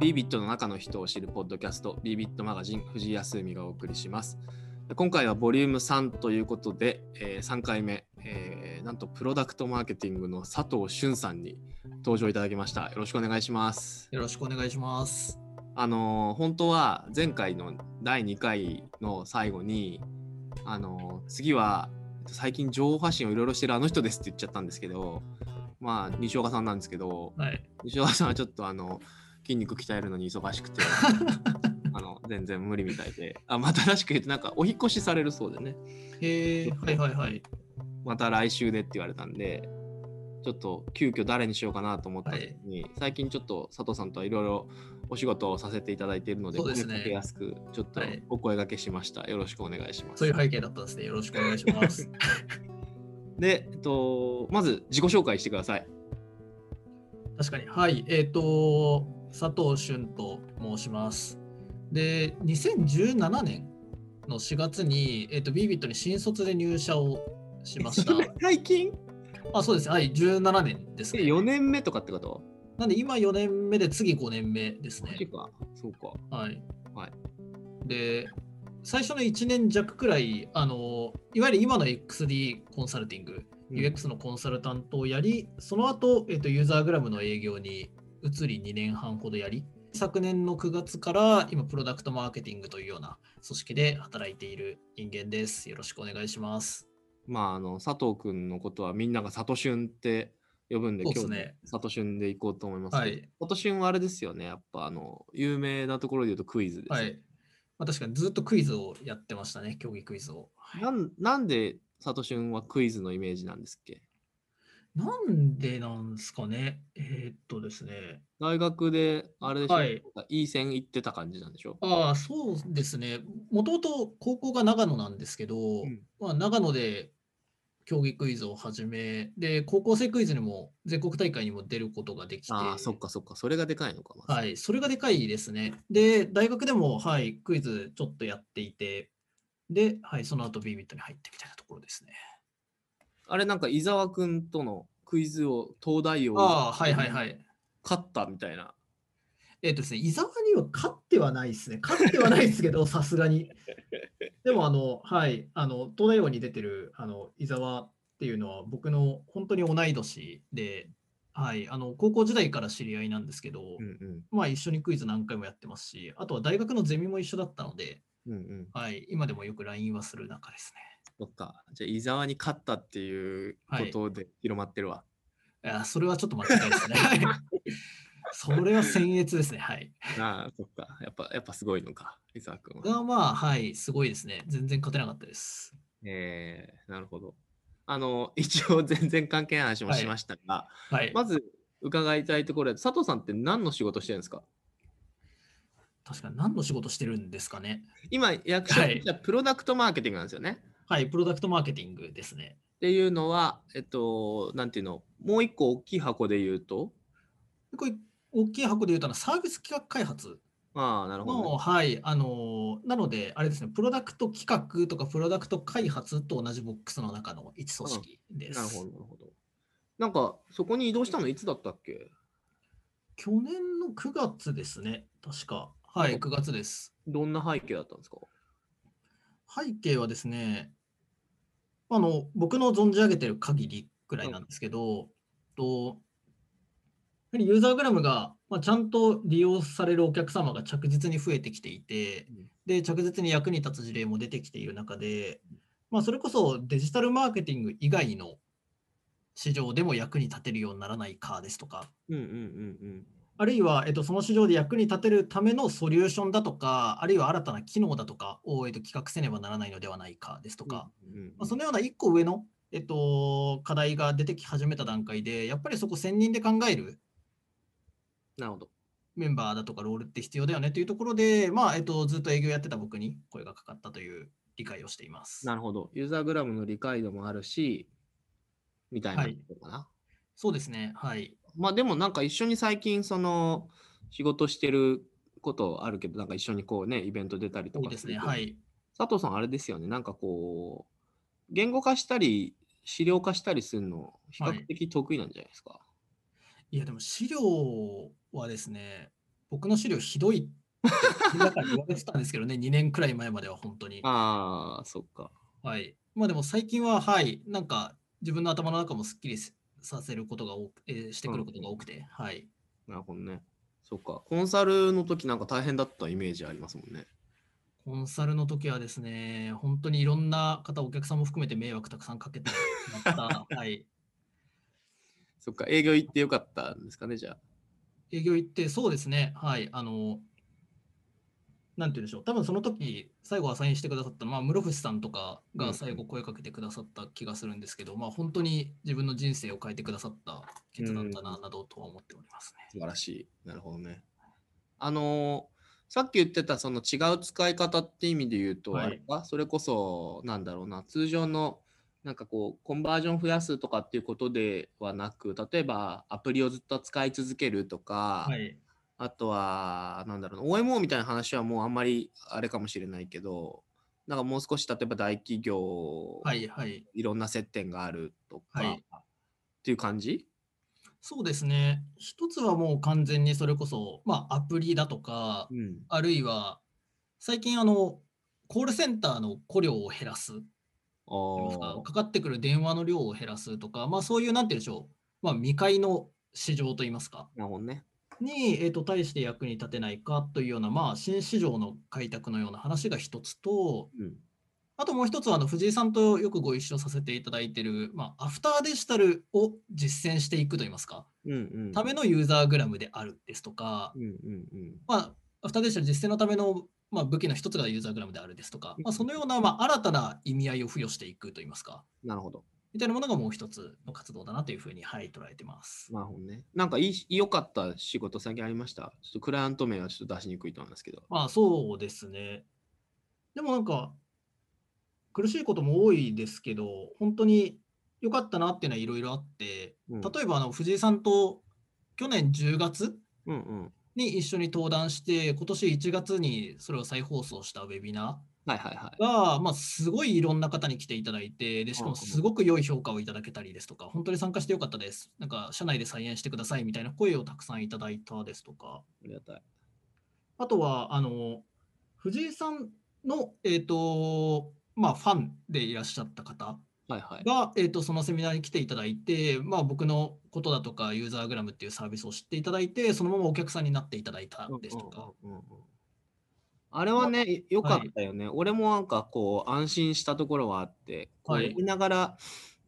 ビビットの中の人を知るポッドキャスト、ビビットマガジン、藤井康美がお送りします。今回はボリューム3ということで、えー3回目、えーなんとプロダクトマーケティングの佐藤俊さんに登場いただきました。よろしくお願いします。よろしくお願いします。あのー本当は前回の第2回の最後に、あのー次は最近情報発信をいろいろしてるあの人ですって言っちゃったんですけど、まあ、西岡さんなんですけど、はい。西岡さんはちょっとあの筋肉鍛えるのに忙しく てあの全然無理みたいであまたらしく言うとなんかお引っ越しされるそうでねへえ、はいはいはい。また来週でって言われたんでちょっと急遽誰にしようかなと思った時に、最近ちょっと佐藤さんとはいろいろお仕事をさせていただいているのでそうですね声かけやすくちょっとはいお声掛けしました、よろしくお願いしますそういう背景だったんですね。よろしくお願いし ます。で、えっと、まず自己紹介してください確かに。はい。えっ、と、佐藤俊と申します。で、2017年の4月に、えっ、と、ビビットに新卒で入社をしました。最近あ、そうです。はい、17年ですね。 4年目とかってことなんで今4年目で次5年目ですマジね。かそうかはい。はいで、最初の1年弱くらい、あの、いわゆる今の XD コンサルティング。うん UX のコンサルタントをやり、その後、えっとユーザーグラムの営業に移り2年半ほどやり、昨年の9月から今、プロダクトマーケティングというような組織で働いている人間です。よろしくお願いします。まあ、あの佐藤君のことはみんなが佐藤俊って呼ぶんで、そうっ今す日ね佐藤俊でいこうと思いますけど、はい。佐藤俊はあれですよね、やっぱあの有名なところで言うとクイズです、はい。まあ、確かにずっとクイズをやってましたね、競技クイズを。なん。なんで佐藤俊はクイズのイメージなんですっけなんでなんですかねえーっとですね。大学であれでしょ、はいなんかいい線行ってた感じなんでしょああ、そうですね。もともと高校が長野なんですけど、うんまあ、長野で競技クイズを始め、で、高校生クイズにも全国大会にも出ることができて、ああ、そっかそっか、それがでかいのか。まずはい、それがでかいですね。で、大学でも、はい、クイズちょっとやっていて、で、はい、その後ビビットに入ってみたいなところですね。あれなんか伊沢君とのクイズを、東大をああ、はいはいはい。勝ったみたいな。えっとですね、伊沢には勝ってはないですね。勝ってはないで すけど、さすがに。でも、あの、はい、あの、東大王に出てる、あの、伊沢っていうのは、僕の本当に同い年で、はい、あの、高校時代から知り合いなんですけど、うんまあ、一緒にクイズ何回もやってますし、あとは大学のゼミも一緒だったので、うん。うんうんはい、今でもよく LINE はする仲ですそっか。じゃあ、伊沢に勝ったっていうこはいとで広まってる わ。ね。いや、それはちょっと間違 いですね。 はいそれは僭越ですね。はい。ああ、そっか。やっぱ、やっぱすごいのか、伊沢君は。がまあ、はい、すごいですね。全然勝てなかったです。えー、なるほど。あの、一応全然関係ない話もはいしましたが、はい。まず伺いたいところで、佐藤さんって何の仕事してるんですか確かに何の仕事してるんですかね。今、役所はにいいたプロダクトマーケティングなんですよね。っはい、プロダクトマーケティングですね。ていうのは、えっと、なんていうの、もう一個大きい箱で言うと、これ大きい箱で言うとあのサービス企画開発ああ、なるほどね、の、はい、あのー、なので、あれですね、プロダクト企画とかプロダクト開発と同じボックスの中の一組織です。なるほど、なるほど。なんか、そこに移動したのいつだったっけ去年の9月ですね、確か。は、ないんか9月です。どんな背景だったんですか背景はですね、あの、僕の存じ上げてる限りくらいなんですけど、とやはりユーザーグラムが、まあ、ちゃんと利用されるお客様が着実に増えてきていてうん、で、着実に役に立つ事例も出てきている中で、まあ、それこそデジタルマーケティング以外の市場でも役に立てるようにならないかですとか、うんうんうんうん。あるいは、えっと、その市場で役に立てるためのソリューションだとか、あるいは新たな機能だとかを、えっと、企画せねばならないのではないかですとか、うんうんうんまあ、そのような一個上の、えっと、課題が出てき始めた段階で、やっぱりそこ専任で考えるなるほど。メンバーだとかロールって必要だよねというところで、まあえっと、ずっと営業やってた僕に声がかかったという理解をしています。なるほど。ユーザーグラムの理解度もあるし、みたいなはいことかな。そうですね。はい。まあでもなんか一緒に最近その仕事してることあるけど、なんか一緒にこうね、イベント出たりと多いかですね。るけどはい。佐藤さんあれですよね、なんかこう、言語化したり、資料化したりするの、比はい較的得意なんじゃないですか。いや、でも資料はですね、僕の資料ひどいって皆さんに言われてたんですけどね、2年 くらい前までは本当に。ああ、そっか。はい。まあでも最近は、はい、なんか自分の頭の中もすっきりすさせることが多く、えーしてくることが多くて、はい。なるほどね。そっか。コンサルの時なんか大変だったイメージありますもんね。コンサルの時はですね、本当にいろんな方、お客さんも含めて迷惑たくさんかけてしま った。はい。そっか。営業行ってよかったんですかね、じゃあ。営業行って、そうですね、はい、あの、なんて言うんでしょう、多分その時最後アサインしてくださった、まあ、室伏さんとかうんうがん最後声かけてくださった気がするんですけど、まあ、本当に自分の人生を変えてくださった決断だな、などとは思っておりますね。素晴らしい。なるほどね。あのーさっき言ってたその違う使い方って意味で言うと、はいあれかそれこそなんだろうな通常のなんかこうコンバージョン増やすとかっていうことではなく例えばアプリをずっと使い続けるとか、はい、あとはなんだろうな OMO みたいな話はもうあんまりあれかもしれないけどなんかもう少し例えば大企業、はい、はい。いろんな接点があるとか、はいっていう感じそうですね、一つはもう完全にそれこそ、まあ、アプリだとか、ん。あるいは、最近、あの、コールセンターの雇料を減らすあーかかってくる電話の量を減らすとか、まあ、そういう、なんて言うんでしょう、まあ、未開の市場といいますか、なるほどね。に、えー、と対して役に立てないかというような、まあ、新市場の開拓のような話が一つと、うんあともう一つはあの藤井さんとよくご一緒させていただいている、まあ、アフターデジタルを実践していくといいますか、うんうん、ためのユーザーグラムであるですとかう、んうんうんまあ、アフターデジタル実践のための、まあ、武器の一つがユーザーグラムであるですとか、まあ、そのような、まあ、新たな意味合いを付与していくといいますか。なるほど。みたいなものがもう一つの活動だなというふうに、はい、捉えてます。なるほどね。なんかいい良かった仕事先ありましたちょっとクライアント名はちょっと出しにくいと思いますけど。まあそうですね。でもなんか、苦しいことも多いですけど、本当に良かったなっていうのはいろいろあって、うん、例えばあの藤井さんと去年10月うんうん。に一緒に登壇して、今年1月にそれを再放送したウェビナはいはいはいー。が、まあ、すごいいろんな方に来ていただいてで、しかもすごく良い評価をいただけたりですとか、本当に参加してよかったです。なんか、社内で再演してくださいみたいな声をたくさんいただいたですとか、ありがたい。あとは、あの、藤井さんの、えっ、と、まあ、ファンでいらっしゃった方はいはい。が、えっ、と、そのセミナーに来ていただいて、まあ、僕のことだとか、ユーザーグラムっていうサービスを知っていただいて、そのままお客さんになっていただいたですとか。うんうんうんうんあれはね、良かったよね、俺もなんかこう、安心したところはあって、こうはいやりながら、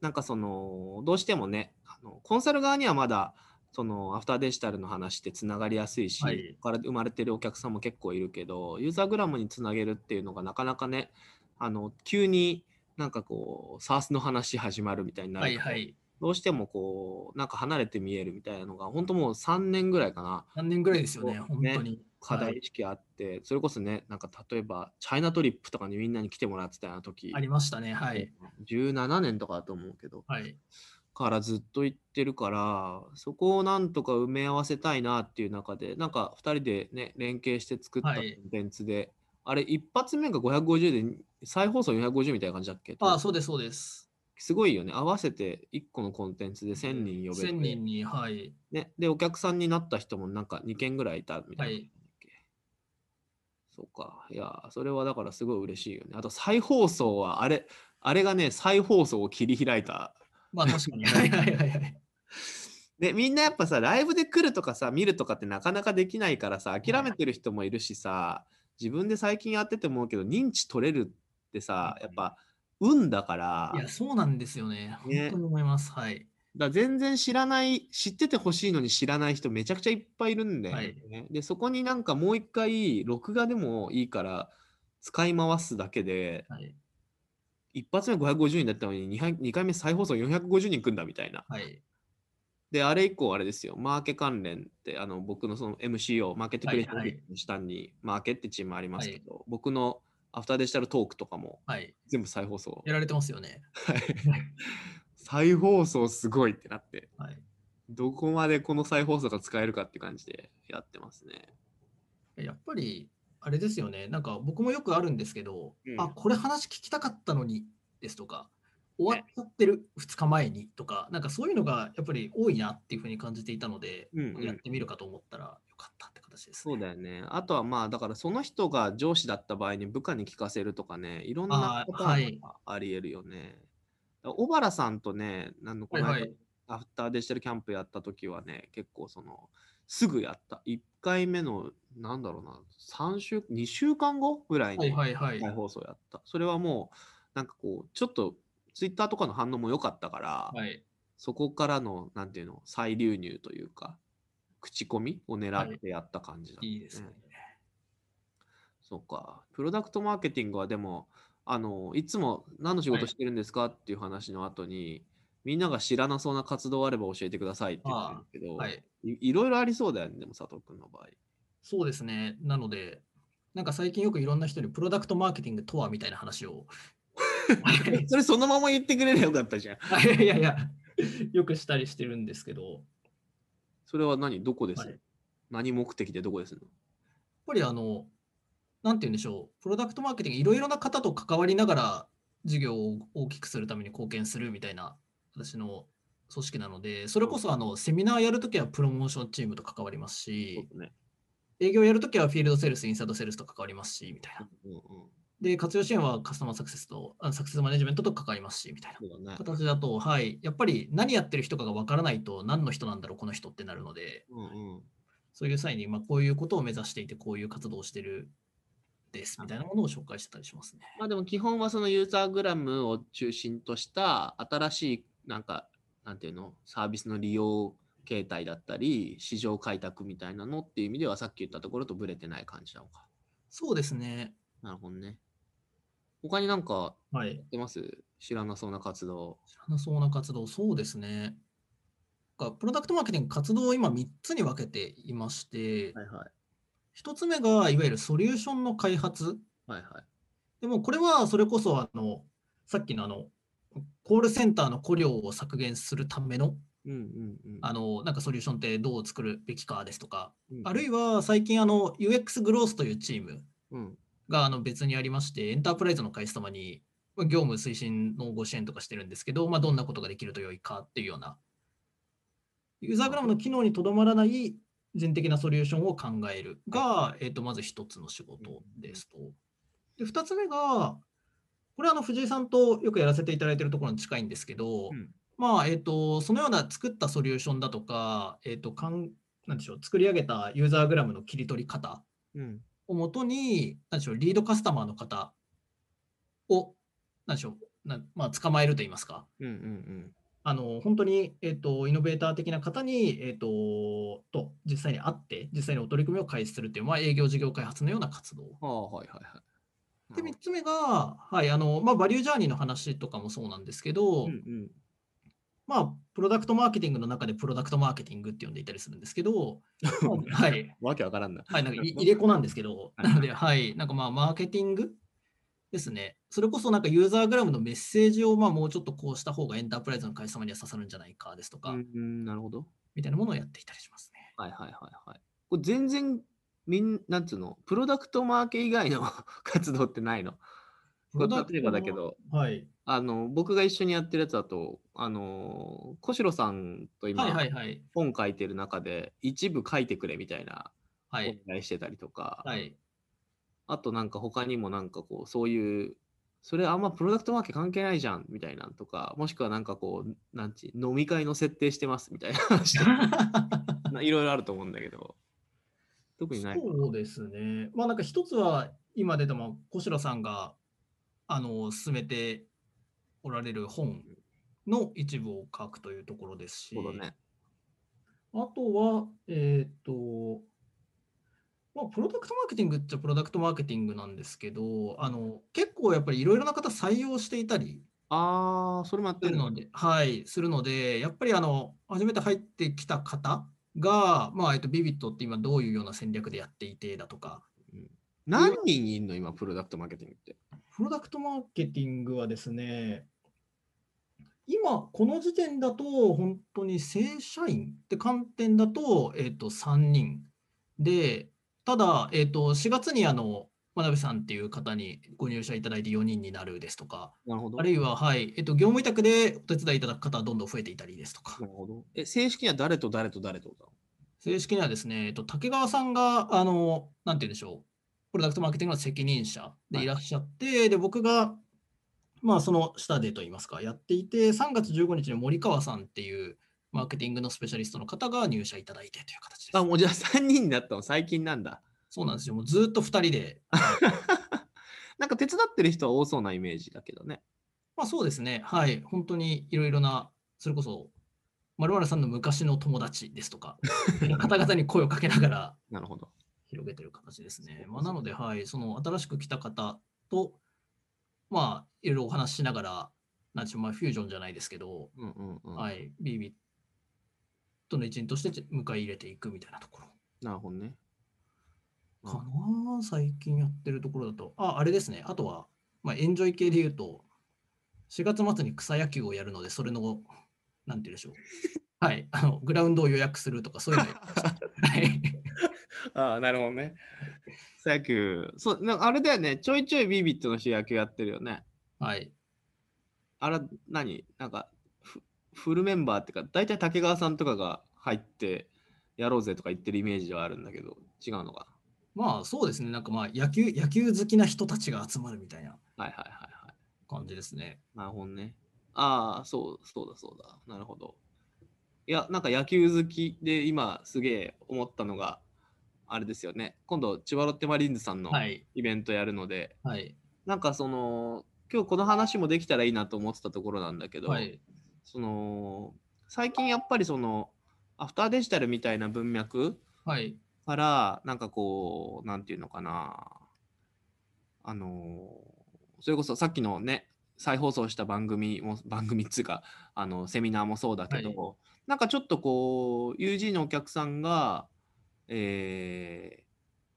なんかその、どうしてもね、あのコンサル側にはまだ、そのアフターデジタルの話ってつながりやすいし、はいここから生まれてるお客さんも結構いるけど、ユーザーグラムにつなげるっていうのがなかなかね、あの急になんかこう、サースの話始まるみたいになるはからいはい。どうしてもこう、なんか離れて見えるみたいなのが、本当もう3年ぐらいかな、何年ぐらいですよね、そう本当に。課は題い意識あって、それこそね、なんか例えば、チャイナトリップとかにみんなに来てもらってたような時ありましたね、はい。 17年とかだと思うけど、はい。からずっと行ってるから、そこをなんとか埋め合わせたいなっていう中で、なんか2人でね、連携して作ったコはいンテンツで、あれ、一発目が550で、再放送450みたいな感じだっけあそうです、そうです。すごいよね。合わせて1個のコンテンツで1000人呼べて、 1000人に、はい。ね。で、お客さんになった人もなんか2件ぐらいいたみたいな。はい。そうか。いやー、それはだからすごい嬉しいよね。あと再放送は、あれ、あれがね、再放送を切り開いた。 まあ、確かに。はいはいはいはい。で、みんなやっぱさ、ライブで来るとかさ、見るとかってなかなかできないからさ、諦めてる人もいるしさ、自分で最近やってて思うけど、認知取れるってさ、やっぱ運だから、いや、そうなんですよね。本ね当に思います。はい。だから全然知らない、知っててほしいのに知らない人めちゃくちゃいっぱいいるんだよね。で、そこになんかもう一回、録画でもいいから、使い回すだけで、はい。一発目550人だったのに2回 ,2 回目再放送450人来んだみたいな。はい。で、あれ以降あれですよ、マーケ関連ってあの僕のその MCO、マーケットクリエイティブはいはオいフィスの下にマーケってチームありますけど、僕のアフターデジタルトークとかもはい。全部再放送。やられてますよね。再放送すごいってなって、はい。どこまでこの再放送が使えるかって感じでやってますね。やっぱり、あれですよね。なんか僕もよくあるんですけど、うんあ、これ話聞きたかったのにですとか、終わっちゃってる2日前にとか、なんかそういうのがやっぱり多いなっていうふうに感じていたので、うんうんやってみるかと思ったらよかったって感形です、そうだよね。あとはまあだからその人が上司だった場合に部下に聞かせるとかね、いろんなあーパターンはいがありえるよね。だから小原さんとね、なんのこの間、はいはいアフターデジタルキャンプやった時はね、結構そのすぐやった1回目のなんだろうな、三週2週間後ぐらいはいにはいはい。再放送やった。それはもうなんかこうちょっとツイッターとかの反応も良かったから、はい、そこからの、なんていうの、再流入というか、口コミを狙ってやった感じだ、いいですね。そうか。プロダクトマーケティングはでも、あの、いつも何の仕は事いしてるんですかっていう話の後に、みんなが知らなそうな活動あれば教えてくださいって言ってるんですけど、はい。い、いろいろありそうだよね、でも佐藤君の場合。そうですね。なので、なんか最近よくいろんな人にプロダクトマーケティングとはみたいな話を。 はいそれそのまま言ってくれればよかったじゃん。いやいや、よくしたりしてるんですけど、やっそれは何どこです、はい何目的でどこですのぱりあの、なんて言うんでしょう、プロダクトマーケティング、いろいろな方と関わりながら事業を大きくするために貢献するみたいな、私の組織なので、それこそあのセミナーやるときはプロモーションチームと関わりますそうし、だね。営業やるときはフィールドセールス、インサイドセールスと関わりますし、みたいな。うんうん。で、活用支援はカスタマーサクセスと、あサクセスマネジメントと関わりますし、みたいな。そうだね。形だと、はい、やっぱり何やってる人かがわからないと、何の人なんだろう、この人ってなるので、うんうん。そういう際に、まあ、こういうことを目指していて、こういう活動をしてるですみたいなものを紹介してたりしますね。まあでも基本はそのユーザーグラムを中心とした新しいなんかなんていうのサービスの利用形態だったり市場開拓みたいなのっていう意味ではさっき言ったところとブレてない感じなのか。そうですね。なるほどね。他になんかはいや。ってます知らなそうな活動。知らなそうな活動、そうですね。がプロダクトマーケティング活動を今3つに分けていまして、いはい。 1つ目がいわゆるソリューションの開発。はいはい。でもこれはそれこそあの、さっきのあの、コールセンターの雇料を削減するためのうんうんうん。あのなんかソリューションってどう作るべきかですとか、うんあるいは最近あの UX グロースというチームうんがあの別にありまして、エンタープライズの会社様にまあ業務推進のご支援とかしてるんですけど、まあ、どんなことができると良いかっていうような、ユーザーグラムの機能にとどまらない人的なソリューションを考えるが、えー、とまず一つの仕事ですと。で、二つ目が、これはあの藤井さんとよくやらせていただいてるところに近いんですけど、うんまあ、えっ、と、そのような作ったソリューションだとか、えっ、と、かん、なんでしょう、作り上げたユーザーグラムの切り取り方うんをもとに、なんでしょう、リードカスタマーの方を、なんでしょう、なまあ、捕まえると言いますか、うんうんあの、本当に、えっ、と、イノベーター的な方に、えっ、と、と、実際に会って、実際にお取り組みを開始するという、まあ、営業事業開発のような活動。うん。ああはいはいはい。で、な3るつ目が、はい、あの、まあ、バリュージャーニーの話とかもそうなんですけど、ほどうんうんまあ、プロダクトマーケティングの中でプロダクトマーケティングって呼んでいたりするんです けど、まあはい、わけわからんな。はい、なんかい入れ子なんですけど、はいなので、はい、なんかまあ、マーケティングですね。それこそなんかユーザーグラムのメッセージをまあもうちょっとこうした方がエンタープライズの会社様には刺さるんじゃないかですとか、うんうんなるほど。みたいなものをやっていたりしますね。はいはいはいはい。これ全然、みんなんつうの、プロダクトマーケ以外の 活動ってないの。これ例えばだけど、はい、あの、僕が一緒にやってるやつだと、あの、小城さんと今、はいはいはい。本書いてる中で、一部書いてくれみたいなはおい。願いしてたりとか、はい。あとなんか他にもなんかこう、そういう、それあんまプロダクトマーケ関係ないじゃんみたいなんとか、もしくはなんかこう、なんち、飲み会の設定してますみたいな話 とか、ないろいろあると思うんだけど、特にない。そうですね。まあなんか一つは今出たまあ小城さんがあの進めておられる本の一部を書くというところですし、そうだね。あとは、えっ、と、まあ、プロダクトマーケティングっちゃプロダクトマーケティングなんですけど、あの結構やっぱりいろいろな方採用していたりああ、それもやってするるの。ので、はい、するので、やっぱりあの初めて入ってきた方が、まあ、えっと、ビビットって今どういうような戦略でやっていてだとか、何人いんの今、プロダクトマーケティングって。プロダクトマーケティングはですね、今、この時点だと、本当に正社員って観点だと、えっ、と、3人。で、ただ、えっ、と、4月に、あの、真鍋さんっていう方にご入社いただいて4人になるですとか、なるほど。あるいは、はい、えっ、と、業務委託でお手伝いいただく方はどんどん増えていたりですとかな、るほど。え、正式には誰と誰と誰とだ正式にはですね、えっと、竹川さんが、あの、なんて言うんでしょう、プロダクトマーケティングの責任者はでいいらっしゃって、で、僕が、まあ、その下でといいますか、やっていて、3月15日に森川さんっていうマーケティングのスペシャリストの方が入社いただいてという形です。あ、もうじゃあ3人になったの最近なん だ。そうなんですよ。もうずっと2人で。なんか手伝ってる人は多そうなイメージだけどね。まあ、そうですね。はい。本当にいろいろな、それこそ、まるさんの昔の友達ですと か、方々に声をかけながら、なるほど。広げてる形ですね。まあ、なので、はい、その新しく来た方と、まあ、いろいろお話ししながら、なんちゅう、まあ、フュージョンじゃないですけど、うんうんうん。はい、ビビットの一員としてち迎え入れていくみたいなところなるほどね。かな、最近やってるところだと。あ、あれですね。あとは、まあ、エンジョイ系で言うと、4月末に草野球をやるので、それの、なんて言うんでしょう。はい、あの、グラウンドを予約するとか、そういうのやりましたはい。ああ、なるほどね。草野球。そう、なんかあれだよね。ちょいちょいビビットの人野球やってるよね。はい。あら、何なんかフ、フルメンバーってか、大体竹川さんとかが入って、やろうぜとか言ってるイメージではあるんだけど、違うのか。まあそうですね、なんかまあ野球野球好きな人たちが集まるみたいなはいはいはいはい。感じですね。なるほどね。ああ、そう、そうだそうだ。なるほど。いや、なんか野球好きで今すげえ思ったのが、あれですよね。今度、千葉ロッテマリーンズさんのはい、イベントやるので、はい、なんかその、今日この話もできたらいいなと思ってたところなんだけど、はい、その、最近やっぱりその、アフターデジタルみたいな文脈はい、から、なんかこう、なんていうのかな、あの、それこそさっきのね、再放送した番組も、 番組っつうか、あの、セミナーもそうだけど、なんかちょっとこう、UG のお客さんが、えー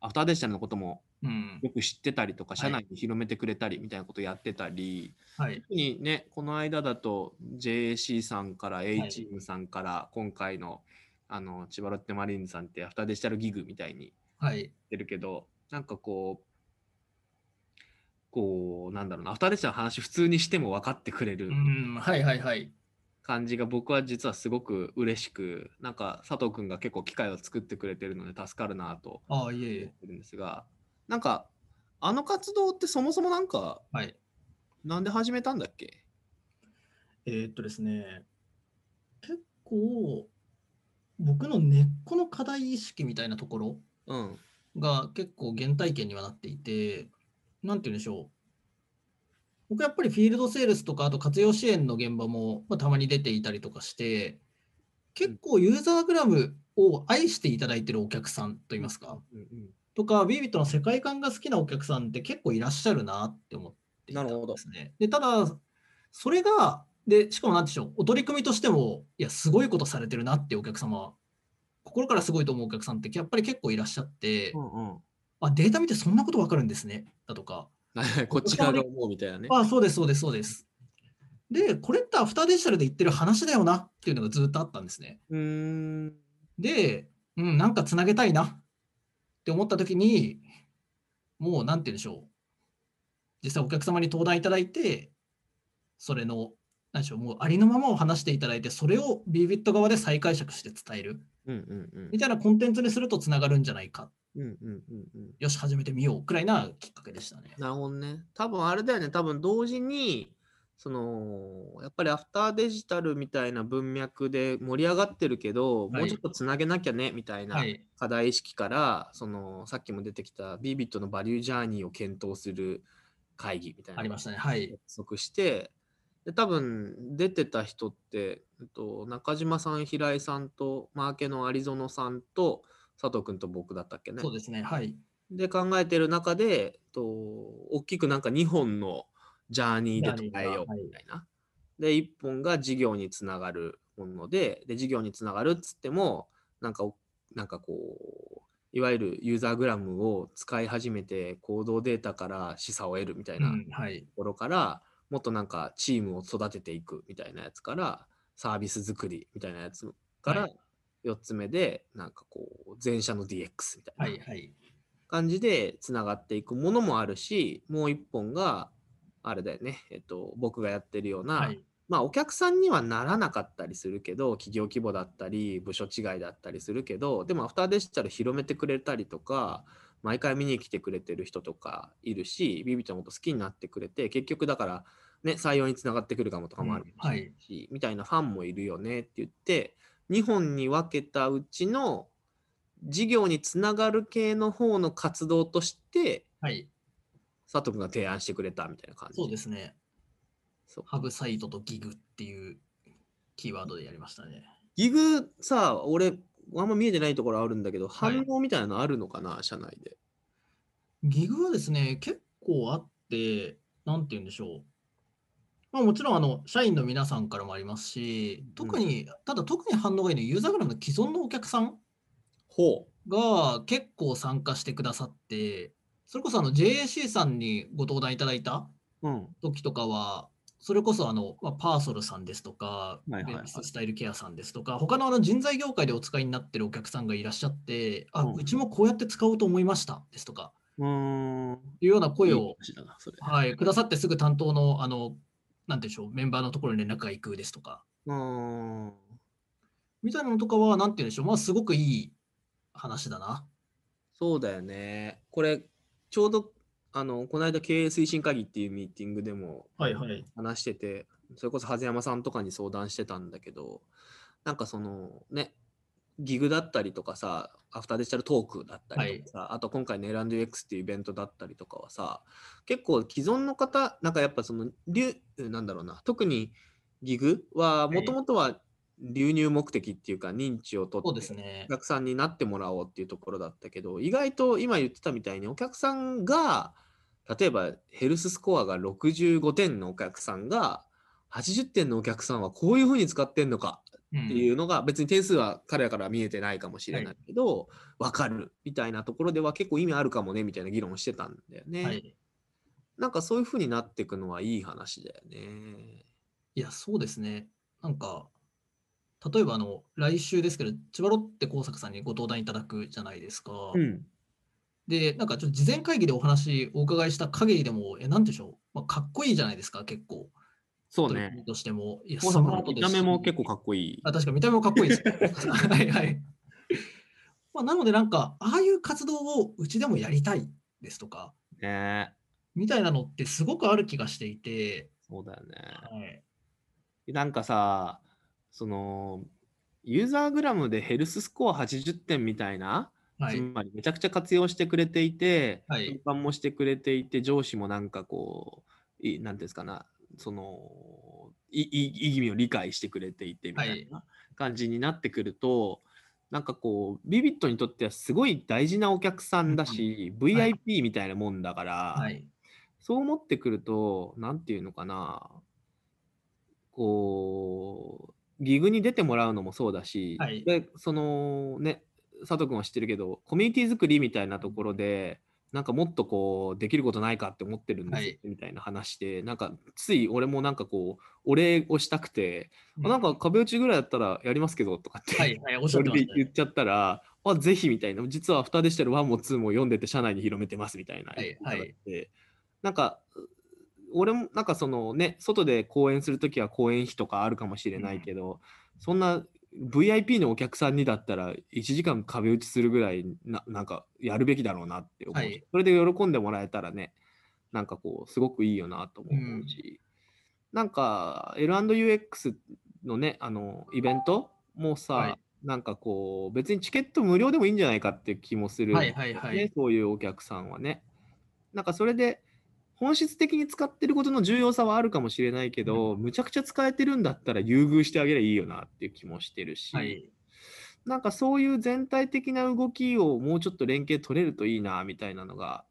アフターデジタルのこともうん、よく知ってたりとか、い社内に広めてくれたりみたいなことやってたり、はい、特にね、この間だと JAC さんから A いチームさんから、今回のあの千葉ロッテマリーンズさんってアフターデジタルギグみたいに言っはい、てるけど、なんかこう、こう、なんだろうな、アフターデジタルの話普通にしても分かってくれるうん、はい、はい、はい、感じが僕は実はすごく嬉しく、なんか佐藤くんが結構機会を作ってくれてるので助かるなとああ、いえい思っえ、てるんですが、なんか、あの活動ってそもそもなんか、はい。なんで始めたんだっけえーっとですね、結構、僕の根っこの課題意識みたいなところうん。が結構原体験にはなっていて、なんて言うんでしょう。僕やっぱりフィールドセールスとか、あと活用支援の現場も、まあ、たまに出ていたりとかして、結構ユーザーグラムを愛していただいてるお客さんといいますか、うんうん、とか、ビビットの世界観が好きなお客さんって結構いらっしゃるなって思っていたんですね。で、ただ、それが、で、しかもなんでしょう、お取り組みとしても、いや、すごいことされてるなっていうお客様は、心からすごいと思うお客さんってやっぱり結構いらっしゃって、うんうん。あ、データ見てそんなことわかるんですね。だとか。 こっち側が思うみたいなね。あ、そうです、そうです、そうです。で、これってアフターデジタルで言ってる話だよなっていうのがずっとあったんですね。うーん。で、うん、なんかつなげたいなって思った時に、もうなんて言うんでしょう。実際お客様に登壇いただいて、それの、なんでしょう、もうありのままを話していただいて、それをビビット側で再解釈して伝えるうんうんみたいなコンテンツにするとつながるんじゃないか。うん。うんうんうんうん。よし、始めてみようくらいなきっかけでしたね。なるほどね。多分あれだよね。多分同時に、その、やっぱりアフターデジタルみたいな文脈で盛り上がってるけど、はいもうちょっとつなげなきゃね、みたいなはい。課題意識から、その、さっきも出てきたビビットのバリュージャーニーを検討する会議みたいな。ありましたね。はい。約束して、で多分出てた人って、えっと、中島さん、平井さんと、マーケのアリゾノさんと、佐藤君と僕だったっけね。そうですね。はい。で考えてる中で、えっと、大きくなんか2本のジャーニーで捉えようみたいな。で、1本が事業につながるもので、で、事業につながるっつっても、なんかお、なんかこう、いわゆるユーザーグラムを使い始めて行動データから示唆を得るみたいうな、ん、はい。ところからもっとなんかチームを育てていくみたいなやつからサービス作りみたいなやつから、はい4つ目でなんかこう全社の DX みたはいい。なはい。感じでつながっていくものもあるしもう一本があれだよねえっと僕がやってるような、はい。まあ、お客さんにはならなかったりするけど企業規模だったり部署違いだったりするけどでもアフターデジタル広めてくれたりとか毎回見に来てくれてる人とかいるしビビちゃんのこと好きになってくれて結局だから、ね、採用につながってくるかもとかもあるし、うんはいみたいなファンもいるよねって言って2本に分けたうちの事業につながる系の方の活動としてはい、佐藤君が提案してくれたみたいな感じ。そうですね。そうハブサイトとギグっていうキーワードでやりましたね。ギグさ、俺、あんま見えてないところあるんだけど、はい反応みたいなのあるのかな、社内で。ギグはですね、結構あって、なんて言うんでしょう。まあ、もちろんあの社員の皆さんからもありますし、特に、ただ特に反応がいいのはユーザーグラムの既存のお客さんほが結構参加してくださって、それこそあの JAC さんにご登壇いただいたう。うん。時とかは、それこそあの、まあ、パーソルさんですとか、いはいはいベンチスタイルケアさんですとか、他のあの人材業界でお使いになってるお客さんがいらっしゃって、あ、うんうちもこうやって使おうと思いましたですとか、うーん。いうような声いいを、話だなそれはい、くださってすぐ担当の、あの、なんていうんでしょう、メンバーのところに連絡が行くですとか、うーん。みたいなのとかは、なんていうんでしょう、まあ、すごくいい話だな。そうだよね。これ、ちょうど、あの、この間、経営推進会議っていうミーティングでもはいはい。話してて、それこそ、は山さんとかに相談してたんだけど、なんかその、ね、ギグだったりとかさ、アフターデジタルトークだったりとかさ、あと今回の L&UX っていうイベントだったりとかはさ、結構既存の方、なんかやっぱその、流なんだろうな、特にギグは、いもともとは流入目的っていうか、認知を取そうっですて、ねお。客さんになってもらおうっていうところだったけど、意外と今言ってたみたいに、お客さんが、例えばヘルススコアが65点のお客さんが、80点のお客さんはこういうふうに使ってんのかうんっていうのが別に点数は彼らから見えてないかもしれないけど、わかるみたいなところでは結構意味あるかもねみたいな議論をしてたんだよね。はい。なんかそういうふうになっていくのはいい話だよね。いや、そうですね。なんか、例えばあの、来週ですけど、千葉ロッテ工作さんにご登壇いただくじゃないですか。ん。で、なんかちょっと事前会議でお話お伺いした限りでも、え、なんでしょう、まあ、かっこいいじゃないですか、結構。そうね。としても、いや、高坂さんスマート見ですた目しも結構かっこいい。あ確かに見た目もかっこいいですね。 はいはい。まあ、なので、なんか、ああいう活動をうちでもやりたいですとか、ねみたいなのってすごくある気がしていて、そうだよね。はい、なんかさ、その、ユーザーグラムでヘルススコア80点みたいな、はつい、まりめちゃくちゃ活用してくれていて、はい一般もしてくれていて、上司もなんかこう、いなんていうんですかな、その、いい意味を理解してくれていてみたいな感じになってくると、なんかこう、ビビットにとってはすごい大事なお客さんだし、はい VIP みたいなもんだから、はい、そう思ってくると、なんていうのかな、こう、ギグに出てもらうのもそうだし、はいでそのね、佐藤君は知ってるけど、コミュニティ作りみたいなところで、なんかもっとこう、できることないかって思ってるんですよはいみたいな話で、なんかつい俺もなんかこう、お礼をしたくて、あなんか壁打ちぐらいだったらやりますけどとかって、はい、はい、おっしゃそってれましでた言ねっ。ちゃったら、あ、ぜひみたいな、実はアフターデジタル1も2も読んでて、社内に広めてますみたいな。はいは言いっていただいてなんか、俺も、なんかそのね、外で講演するときは講演費とかあるかもしれないけど、そんな VIP のお客さんにだったら、1時間壁打ちするぐらいな、なんかやるべきだろうなって思うし、はいそれで喜んでもらえたらね、なんかこう、すごくいいよなとも思うし、なんか L&UX のね、あの、イベントもさ、はいなんかこう、別にチケット無料でもいいんじゃないかって気もする、はいはいはいねそういうお客さんはね。なんかそれで、本質的に使ってることの重要さはあるかもしれないけど、むちゃくちゃ使えてるんだったら優遇してあげればいいよなっていう気もしてるし、はい、なんかそういう全体的な動きをもうちょっと連携取れるといいなみたいなのが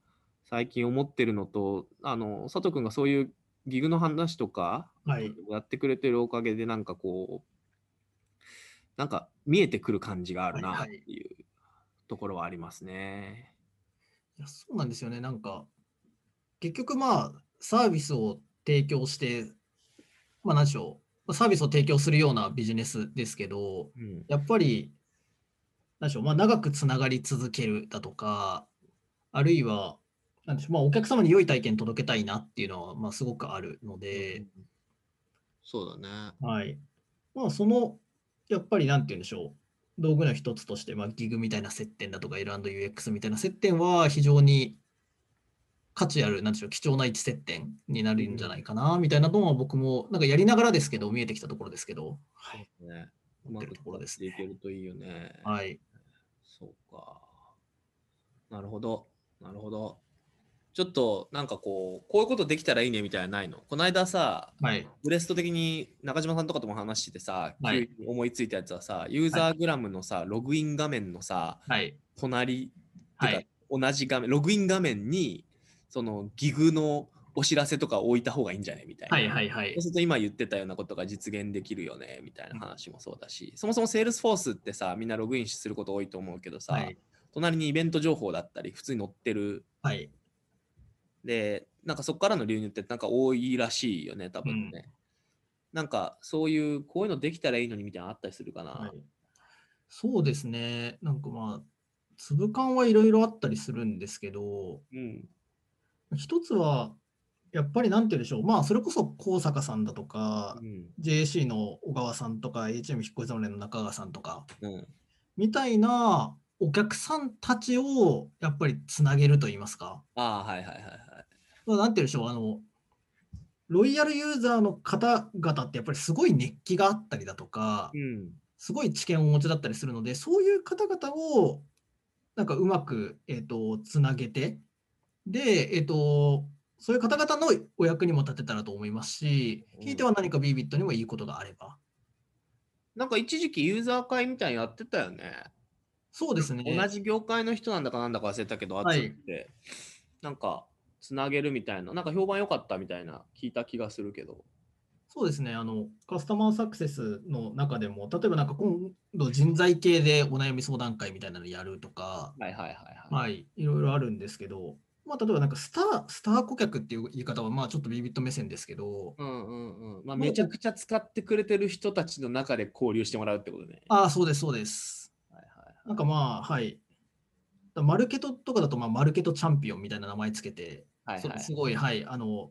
最近思ってるのとあの佐藤君がそういうギグの話とかはい、やってくれてるおかげでなんかこうなんか見えてくる感じがあるなはっいてはいいうところはありますね。いやそうなんですよね。なんか、結局まあ、サービスを提供して、まあ何でしょう、まあサービスを提供するようなビジネスですけど、うんやっぱり、何でしょう、まあ長くつながり続けるだとか、あるいは、なんでしょう、まあお客様に良い体験届けたいなっていうのは、まあすごくあるので、そうだね。はい。まあ、その、やっぱりなんて言うんでしょう。道具の一つとして、まあ、ギグみたいな接点だとか、L&UX みたいな接点は非常に価値ある、なんでしょう、貴重な位置接点になるんじゃないかな、みたいなのは僕も、なんかやりながらですけど、見えてきたところですけど、はい。ねうま思ってくるところで使すっていけるといいよね。はい。そうか。なるほど。なるほど。ちょっとなんかこう、こういうことできたらいいねみたいなのないのこの間さ、はい。ブレスト的に中島さんとかとも話しててさ、はい急に思いついたやつはさ、ユーザーグラムのさ、ログイン画面のさ、はい。隣、はていか。同じ画面、ログイン画面に、そのギグのお知らせとか置いた方がいいんじゃねみたいな。はい。はい。はいそう。すると今言ってたようなことが実現できるよねみたいな話もそうだし、そもそも Salesforce ってさ、みんなログインすること多いと思うけどさ、はい。隣にイベント情報だったり、普通に載ってる。はい。で、なんかそこからの流入ってなんか多いらしいよね、多分ね。なんかそういう、こういうのできたらいいのにみたいなのあったりするかな。はい、そうですね。なんかまあ、粒感はいろいろあったりするんですけど、うん。一つは、やっぱりなんて言うんでしょう、まあ、それこそ高坂さんだとかう、ん。 JAC の小川さんとか、HM 引っ越し連の中川さんとか、うん。みたいなお客さんたちをやっぱりつなげると言いますか、ああ、はいはいはいはい。まあ、なんて言うんでしょう、あの、ロイヤルユーザーの方々ってやっぱりすごい熱気があったりだとか、うん。すごい知見をお持ちだったりするので、そういう方々をなんかうまく、えー、とつなげて、で、えーと、そういう方々のお役にも立てたらと思いますし、うんひいては何か BBIT にもいいことがあれば。なんか一時期ユーザー会みたいなのやってたよね。そうですね。同じ業界の人なんだかなんだか忘れたけど、はい集まって、なんかつなげるみたいな、なんか評判良かったみたいな聞いた気がするけど。そうですねあの。カスタマーサクセスの中でも、例えばなんか今度人材系でお悩み相談会みたいなのやるとか、はいはいはいはい。はい、いろいろあるんですけど、まあ、例えばなんかスター、スター顧客っていう言い方は、まあちょっと BBIT 目線ですけど、うんうんうん。まあ、もうめちゃくちゃ使ってくれてる人たちの中で交流してもらうってことね。ああ、そうです、そうです。はいはいなんかまあ、はい。だマルケトとかだと、まあ、マルケトチャンピオンみたいな名前つけて、はいそはい。すごい、はい、あの、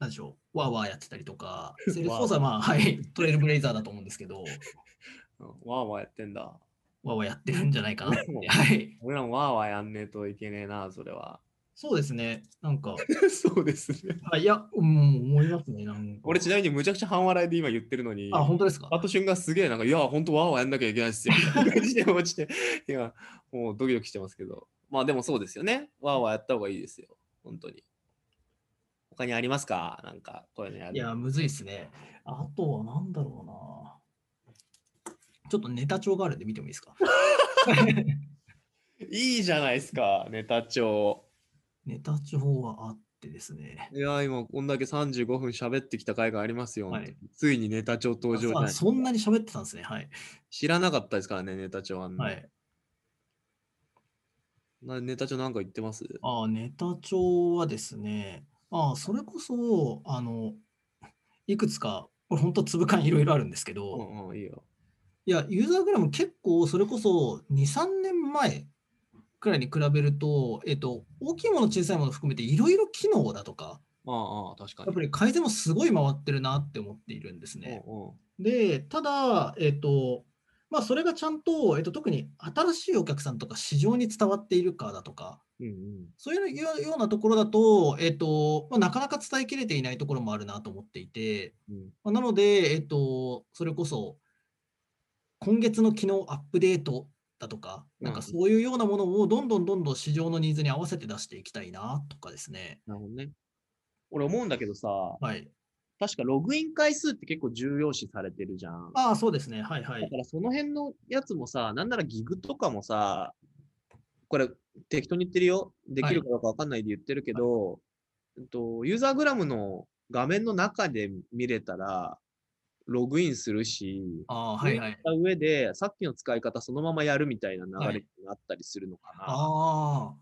なんでしょう、ワーワーやってたり とか、セールスわーフォースはまあ、はい、トレイルブレイザーだと思うんですけど、うんわーわーやってんだ。ワーワーやってるんじゃない かなってうんはい。俺らもわーわーやんねえといけねえな、それは。そうですね、なんか、 そうですね。あいや、うん、思いますね、なんか。俺ちなみにむちゃくちゃ半笑いで今言ってるのに。あ、本当ですかあと瞬がすげえなんか、いや、ほんとわーわーやんなきゃいけないっすよ。落ちて落ちて。いや、もうドキドキしてますけど。まあでもそうですよね。わーわーやった方がいいですよ。本当に。他にありますかなんか、こういうのやる。いや、むずいっすね。あとはなんだろうな。ちょっとネタ帳があるんで見てもいいですか いいじゃないですか、ネタ帳。ネタ帳はあってですね。いや、今、こんだけ35分喋ってきた回がありますよ。はい本当についにネタ帳登場じゃあないそんなに喋ってたんですね。はい。知らなかったですからね、ネタ帳あんな。はい、なネタ帳なんか言ってますあーネタ帳はですね、あーそれこそ、あの、いくつか、これ本当粒感いろいろあるんですけど、うんうん、いいよ。いや、ユーザーグラム結構、それこそ2、3年前くらいに比べると、えっと、大きいもの、小さいもの含めていろいろ機能だとか、ああ、確かに。やっぱり改善もすごい回ってるなって思っているんですね。うんうんで、ただ、えっと、まあ、それがちゃんと、えっと、特に新しいお客さんとか市場に伝わっているかだとか、うんうんそういうようようなところだと、えっと、まあ、なかなか伝えきれていないところもあるなと思っていて、うんまあなので、えっと、それこそ、今月の機能アップデートだとか、なんうかんそういうようなものをどんどんどんどん市場のニーズに合わせて出していきたいなとかですね。なるほどね。俺思うんだけどさ、はい。確かログイン回数って結構重要視されてるじゃん。ああ、そうですね。はいはだいか。らその辺のやつもさ、なんならギグとかもさ、これ適当に言ってるよ。できるかどうかわかんないで言ってるけど、えっと、ユーザーグラムの画面の中で見れたら、ログインするし、ああー、はいはログインいし。た上で、さっきの使い方そのままやるみたいなは流れいになったりするのかな。ああ。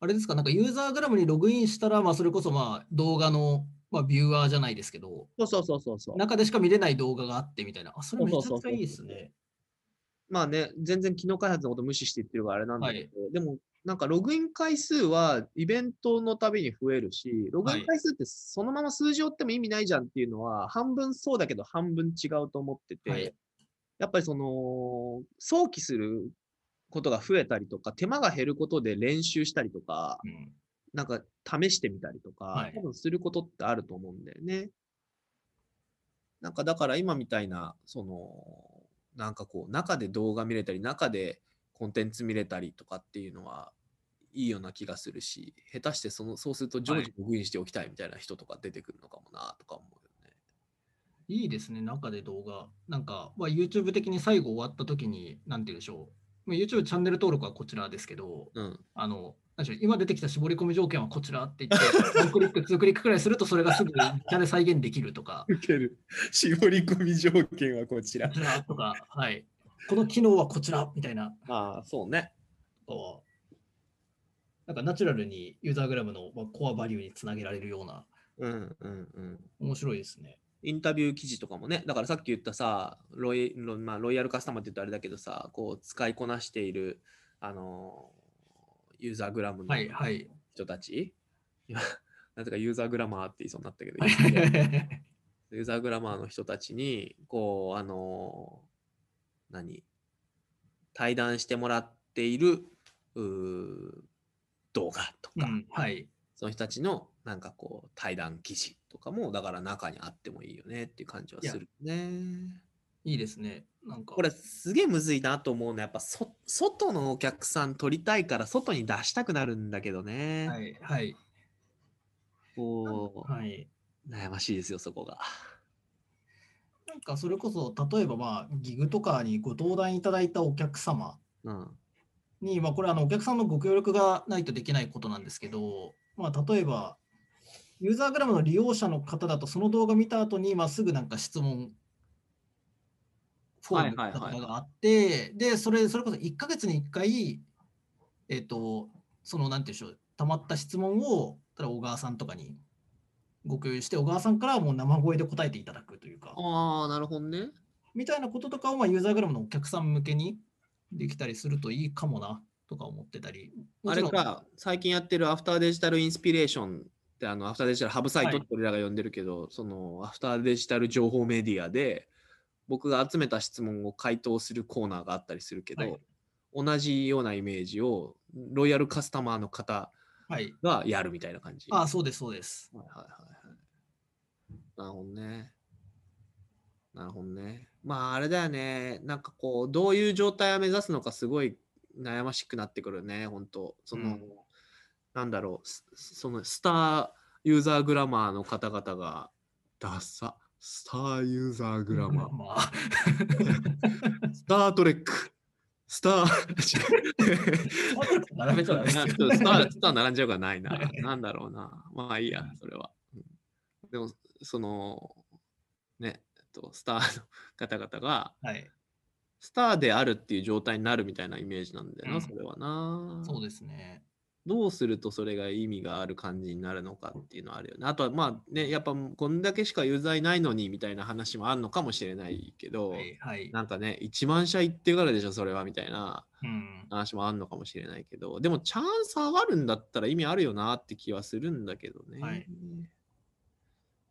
あれですか、なんかユーザーグラムにログインしたら、まあ、それこそまあ動画の、まあ、ビューアーじゃないですけど、そうそうそうそうそう。中でしか見れない動画があってみたいな。あ、それめちゃくちゃいいですね。まあね、全然機能開発のこと無視して言ってるからあれなんだけど、でもなんかログイン回数はイベントのたびに増えるし、ログイはンい回数ってそのまま数字を追っても意味ないじゃんっていうのは、半分そうだけど半分違うと思ってて、はいやっぱりその、想起することが増えたりとか、手間が減ることで練習したりとか、うんなんか試してみたりとか、はい多分することってあると思うんだよね。なんかだから今みたいな、その、なんかこう、中で動画見れたり、中でコンテンツ見れたりとかっていうのは、いいような気がするし、下手してその、そうすると常は時ログインしておきたいみたいな人とか出てくるのかもなとか思うよね。いいですね、中で動画。なんか、まあ、YouTube 的に最後終わった時に、なんて言うんでしょう。まあ YouTube チャンネル登録はこちらですけど、うん。あの、なんでしょう今出てきた絞り込み条件はこちらって言 って、1クリック、2クリックくらいすると、それがすぐ一覧で再現できると か、受ける。絞り込み条件はこちらこ。ちらとか、はい。この機能はこちらみたいな、 ああ、そうね。こうなんかナチュラルにユーザーグラムのまあコアバリューにつなげられるような、うんうんうん。面白いですね。インタビュー記事とかもね、だからさっき言ったさ、ロイロ,、まあ、ロイヤルカスタマーって言うとあれだけどさ、こう使いこなしている、あのーユーザーグラムのはいはい。人たち、いや なぜかユーザーグラマーって言いそうになったけど、ユーザーグラマーの人たちに、こう、あのー何、対談してもらっているうー動画とうか、んはい。その人たちのなんかこう対談記事とかもだから中にあってもいいよねっていう感じはいやするね。いいですね。なんか、これすげえむずいなと思うのはやっぱそ外のお客さん取りたいから外に出したくなるんだけどね。はいはい。こう、はい。悩ましいですよそこが。なんかそれこそ、例えばまあ、ギグとかにご登壇いただいたお客様うん。に、まあ、これあのお客さんのご協力がないとできないことなんですけど、まあ、例えば、ユーザーグラムの利用者の方だと、その動画見た後に、まあ、すぐなんか質問、フォームはいはいとはいかがあって、で、それ、それこそ1ヶ月に1回、えっ、と、その、なんていうんでしょう、たまった質問を、ただ小川さんとかにご共有して、小川さんからはもう生声で答えていただくというか、ああなるほどね。みたいなこととかを、まあ、ユーザーグラムのお客さん向けにできたりするといいかもな、とか思ってたり。もあちれろんか最近やってるアフターデジタルインスピレーションってあのアフターデジタルハブサイトって俺らが呼んでるけど、そのアフターデジタル情報メディアで僕が集めた質問を回答するコーナーがあったりするけど、はい同じようなイメージをロイヤルカスタマーの方はい。がやるみたいな感じ。ああ、そうです、そうです。はいはいはいはい。なるほどね。なるほどね。まああれだよね。なんかこう、どういう状態を目指すのかすごい悩ましくなってくるね、本当その、うんなんだろう、すそのスターユーザーグラマーの方々が、ダサ、スターユーザーグラマー、 まあ、スタートレック、スター、 違う並べちゃ ダメちですょっよとスター、スター並んじゃうからないなはい。なんだろうな。まあいいや、それは。うんでも、その、ね、えっとスターの方々が、はい。スターであるっていう状態になるみたいなイメージなんだような、んそれはな。そうですね。どうするとそれが意味がある感じになるのかっていうのはあるよね。あとはまあね、やっぱこんだけしかユーザーいないのにみたいな話もあるのかもしれないけど、はい。はい。なんかね、1万社行ってからでしょ、それはみたいな。うん。話もあるのかもしれないけど、でもチャンス上がるんだったら意味あるよなって気はするんだけどね。はい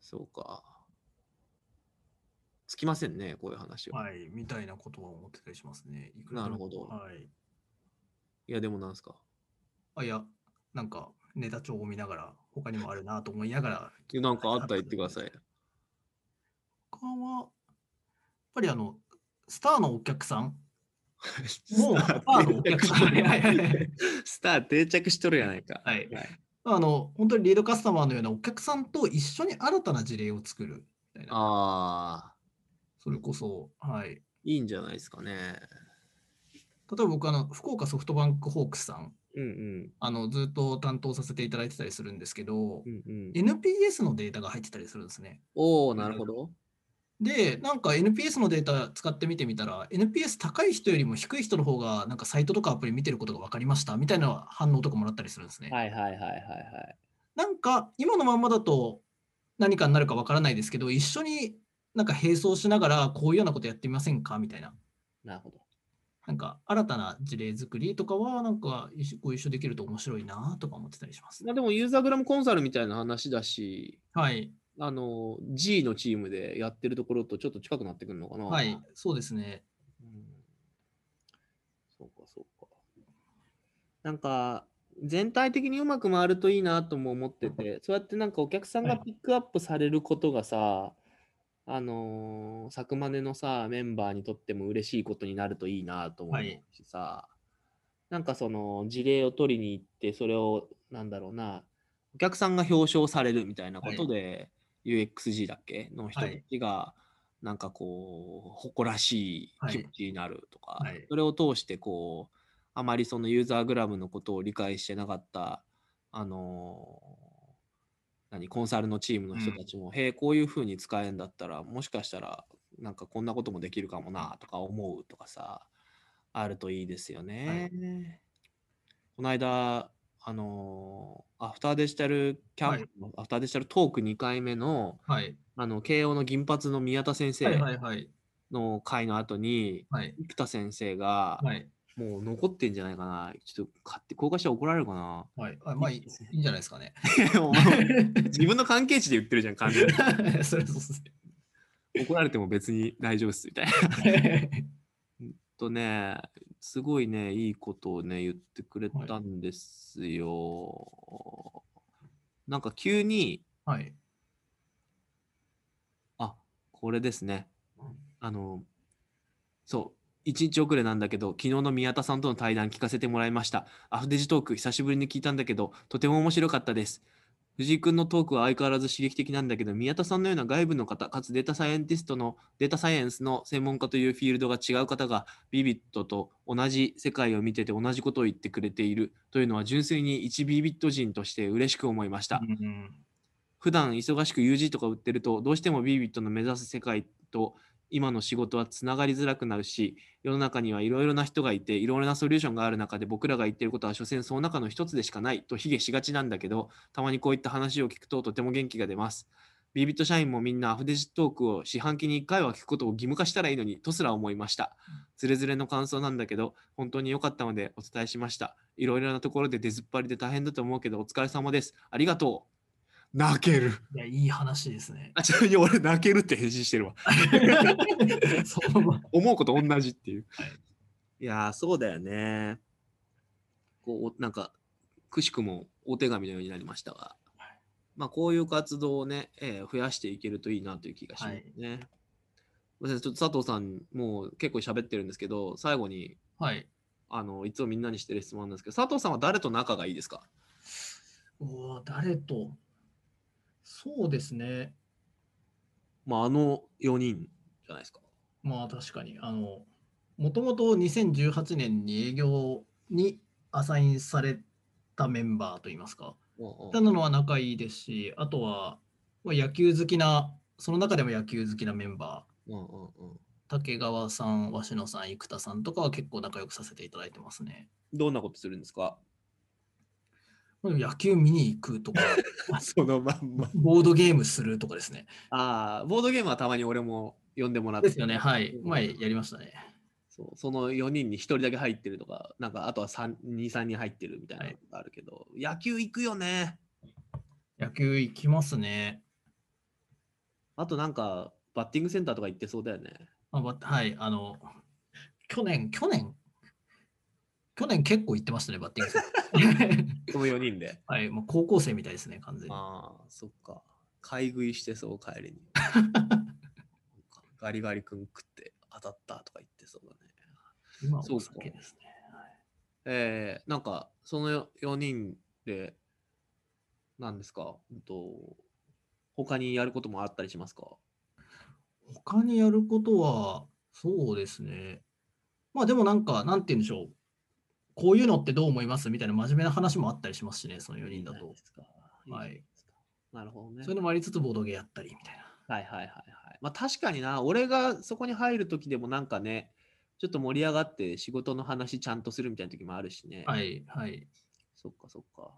そうか。つきませんね、こういう話は。い、はい。みたいなことは思ってたりしますね。いくらでもなるほどはい。や、でもなんすか。あ、いや、なんか、ネタ帳を見ながら、他にもあるなと思いながら、いやなんかあったら言ってください。他は、やっぱりあの、スターのお客さん、もうスター定着しとるやないはいはいはいか。スター定着しとるやないか。はいはいあの、本当にリードカスタマーのようなお客さんと一緒に新たな事例を作るみたいな。ああ、それこそ、はい。いいんじゃないですかね。例えば僕、あの、福岡ソフトバンクホークスさん、うんうん。あの、ずっと担当させていただいてたりするんですけど、うんうん、 NPS のデータが入ってたりするんですね。おおなるほど。で、なんか NPS のデータ使ってみてみたら、NPS 高い人よりも低い人の方が、なんかサイトとかアプリ見てることが分かりましたみたいな反応とかもらったりするんですね。はいはいはいはいはい。なんか、今のまんまだと何かになるか分からないですけど、一緒になんか並走しながら、こういうようなことやってみませんかみたいな。なるほど。なんか新たな事例作りとかは、なんか一緒ご一緒できると面白いなとか思ってたりします。まあ、でもユーザーグラムコンサルみたいな話だし、はい、あの G のチームでやってるところとちょっと近くなってくるのかな。はい、そうですね。うんそうかそうか。なんか全体的にうまく回るといいなとも思ってて、そうやってなんかお客さんがはいピックアップされることがさ、あのー、作マネのさ、メンバーにとっても嬉しいことになるといいなと思うはいしさ、なんかその事例を取りに行って、それをなんだろうな、お客さんが表彰されるみたいなことで、UXG だっけの人たちが、なんかこう、誇らしい気持ちになるとか、はいそれを通してこう、あまりそのユーザーグラムのことを理解してなかった、あのー何、コンサルのチームの人たちも、へえ、こういうふうに使えんだったら、もしかしたら、なんかこんなこともできるかもなとか思うとかさ、あるといいですよね。この間、あのーアフターデジタルキャンプの、アフターデジタルトーク2回目の、はい、あの、慶応の銀髪の宮田先はい、生はい、はい、の会の後に、はい、生田先生が、はい、もう残ってんじゃないかな。ちょっと買って、公開したら怒られるかな。はい、あまあいいいいんじゃないですか ね。 お前自分の関係値で言ってるじゃん、完全に。それはそう 怒られても別に大丈夫っす、みたいな。ですね。とね、すごいね、いいことをね、言ってくれたんですよ。なんか急に、はい、あ、これですね。あの、そう、一日遅れなんだけど、昨日の宮田さんとの対談聞かせてもらいました。アフデジトーク、久しぶりに聞いたんだけど、とても面白かったです。藤井君のトークは相変わらず刺激的なんだけど、宮田さんのような外部の方、かつデータサイエンティストの、データサイエンスの専門家というフィールドが違う方が、ビビットと同じ世界を見てて同じことを言ってくれているというのは、純粋に一ビビット人として嬉しく思いました。うん普段忙しく UG とか売ってるとどうしてもビビットの目指す世界と今の仕事はつながりづらくなるし世の中にはいろいろな人がいていろいろなソリューションがある中で僕らが言ってることは所詮その中の一つでしかないと卑下しがちなんだけどたまにこういった話を聞くととても元気が出ますビビット社員もみんなアフデジトークを四半期に1回は聞くことを義務化したらいいのにとすら思いましたズレズレの感想なんだけど本当に良かったのでお伝えしましたいろいろなところで出ずっぱりで大変だと思うけどお疲れ様ですありがとう泣ける。いや、いい話です ねあ、ちなみに俺泣けるって返信してるわ。そう思うこと同じっていう。はいい、やー、そうだよね。こう、おなんか、くしくもお手紙のようになりましたが、はいまあ、こういう活動をね、えー増やしていけるといいなという気がしますね。ごめんなさいちょっと佐藤さん、もう結構喋ってるんですけど、最後に、はい。あの、いつもみんなにしてる質問なんですけど、佐藤さんは誰と仲がいいですかうわ、誰とそうですね。まあ、あの4人じゃないですか。まあ確かに。あの、もともと2018年に営業にアサインされたメンバーといいますか、たうのは仲いいですし、あとはまあ野球好きな、その中でも野球好きなメンバー、んうんうんうん竹川さん、鷲野さん、生田さんとかは結構仲良くさせていただいてますね。どんなことするんですかまあ野球見に行くとか、 そのまんま。ボードゲームするとかですね。ああ、ボードゲームはたまに俺も呼んでもらって。ですよね。はい。うん前やりましたね。そうその4人に1人だけ入ってるとか、なんかあとは3 2、3人入ってるみたいなのがあるけど、野球行くよね。野球行きますね。あとなんか、バッティングセンターとか行ってそうだよね。あばはい、あの、去年、去年、去年結構行ってましたね、バッティングセンタ ーこの4人 で。はい、もう高校生みたいですね、完全に。ああ、そっか。買い食いしてそう、帰り に。ガリガリ君食って当たったとか言ってそうだね。今はそうおか酒ですね。えー、なんか、その4人で、なんですか、うんと、他にやることもあったりしますか他にやることは、そうですね。まあでもなんか、なんて言うんでしょう。こういうのってどう思いますみたいな真面目な話もあったりしますしね、その4人だいいじゃないとで。すか。はいいじゃないですか。なるほどね。そういうのもありつつ、ボードゲーやったりみたいな。はいはいはいはい。まあ確かにな、俺がそこに入る時でもなんかね、ちょっと盛り上がって仕事の話ちゃんとするみたいな時もあるしね。はい、はい。そっかそっか。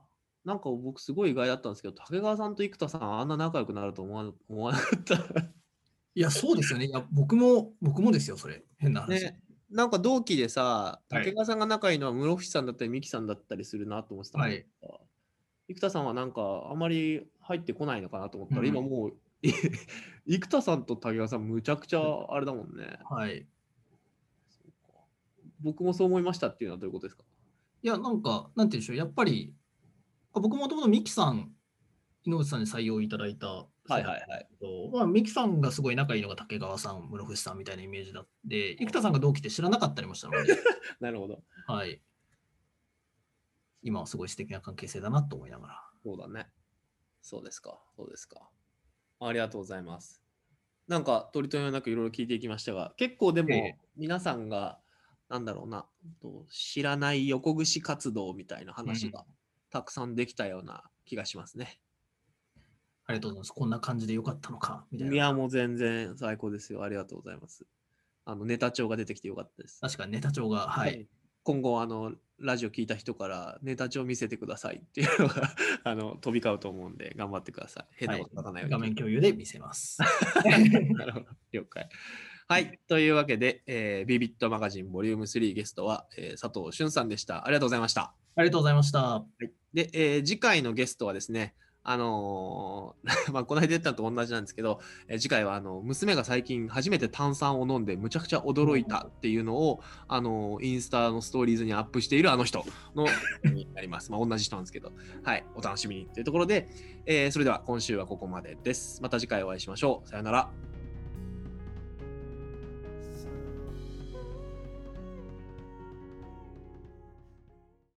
なんか僕すごい意外だったんですけど、竹川さんと生田さんあんな仲良くなると思わな思 わなかった。いや、そうですよね。いや、僕も、僕もですよ、それ。変な話。ねなんか同期でさ、はい竹川さんが仲いいのは室伏さんだったり、三木さんだったりするなと思ってたんだけど生田さんはなんかあんまり入ってこないのかなと思ったら、うん今もう、い 生田さんと竹川さん、むちゃくちゃあれだもんね。はい。い僕もそう思いましたっていうのはどういうことですかや、なんか、なんて言うんでしょう、やっぱり、僕もともとミキさん、井上さんに採用いただいた、いはい。とまあ、ミキさんがすごい仲いいのが竹川さん、室伏さんみたいなイメージだって、生田さんが同期って知らなかったりもしたの で、なるほど。はい。今はすごい素敵な関係性だなと思いながら。そうだね。そうですか。そうですか。ありがとうございます。なんか、取り留めもなくいろいろ聞いていきましたが、結構でもええ、皆さんが、なんだろうな、と知らない横串活動みたいな話がたくさんできたような気がしますね。ありがとうございます。こんな感じでよかったのか、みたいいな。や、もう全然最高ですよ。ありがとうございます。あの、ネタ帳が出てきてよかったです。確かにネタ帳が、はい。。今後、あの、ラジオ聞いた人からネタ帳見せてくださいっていうのが あの飛び交うと思うんで頑張ってください。変なこと書かないように。画面共有で見せ ます。なるほど。 了解。はい。というわけで、えービビットマガジンボリューム3ゲストは、えー佐藤俊さんでした。ありがとうございました。ありがとうございました。で、えー次回のゲストはですね、あのー まあ、この間言ったのと同じなんですけど、えー次回はあの娘が最近初めて炭酸を飲んでむちゃくちゃ驚いたっていうのを、あのーインスタのストーリーズにアップしているあの人のになります。まあ、同じ人なんですけど、はい、お楽しみにというところで、えーそれでは今週はここまでです。また次回お会いしましょう。さよなら。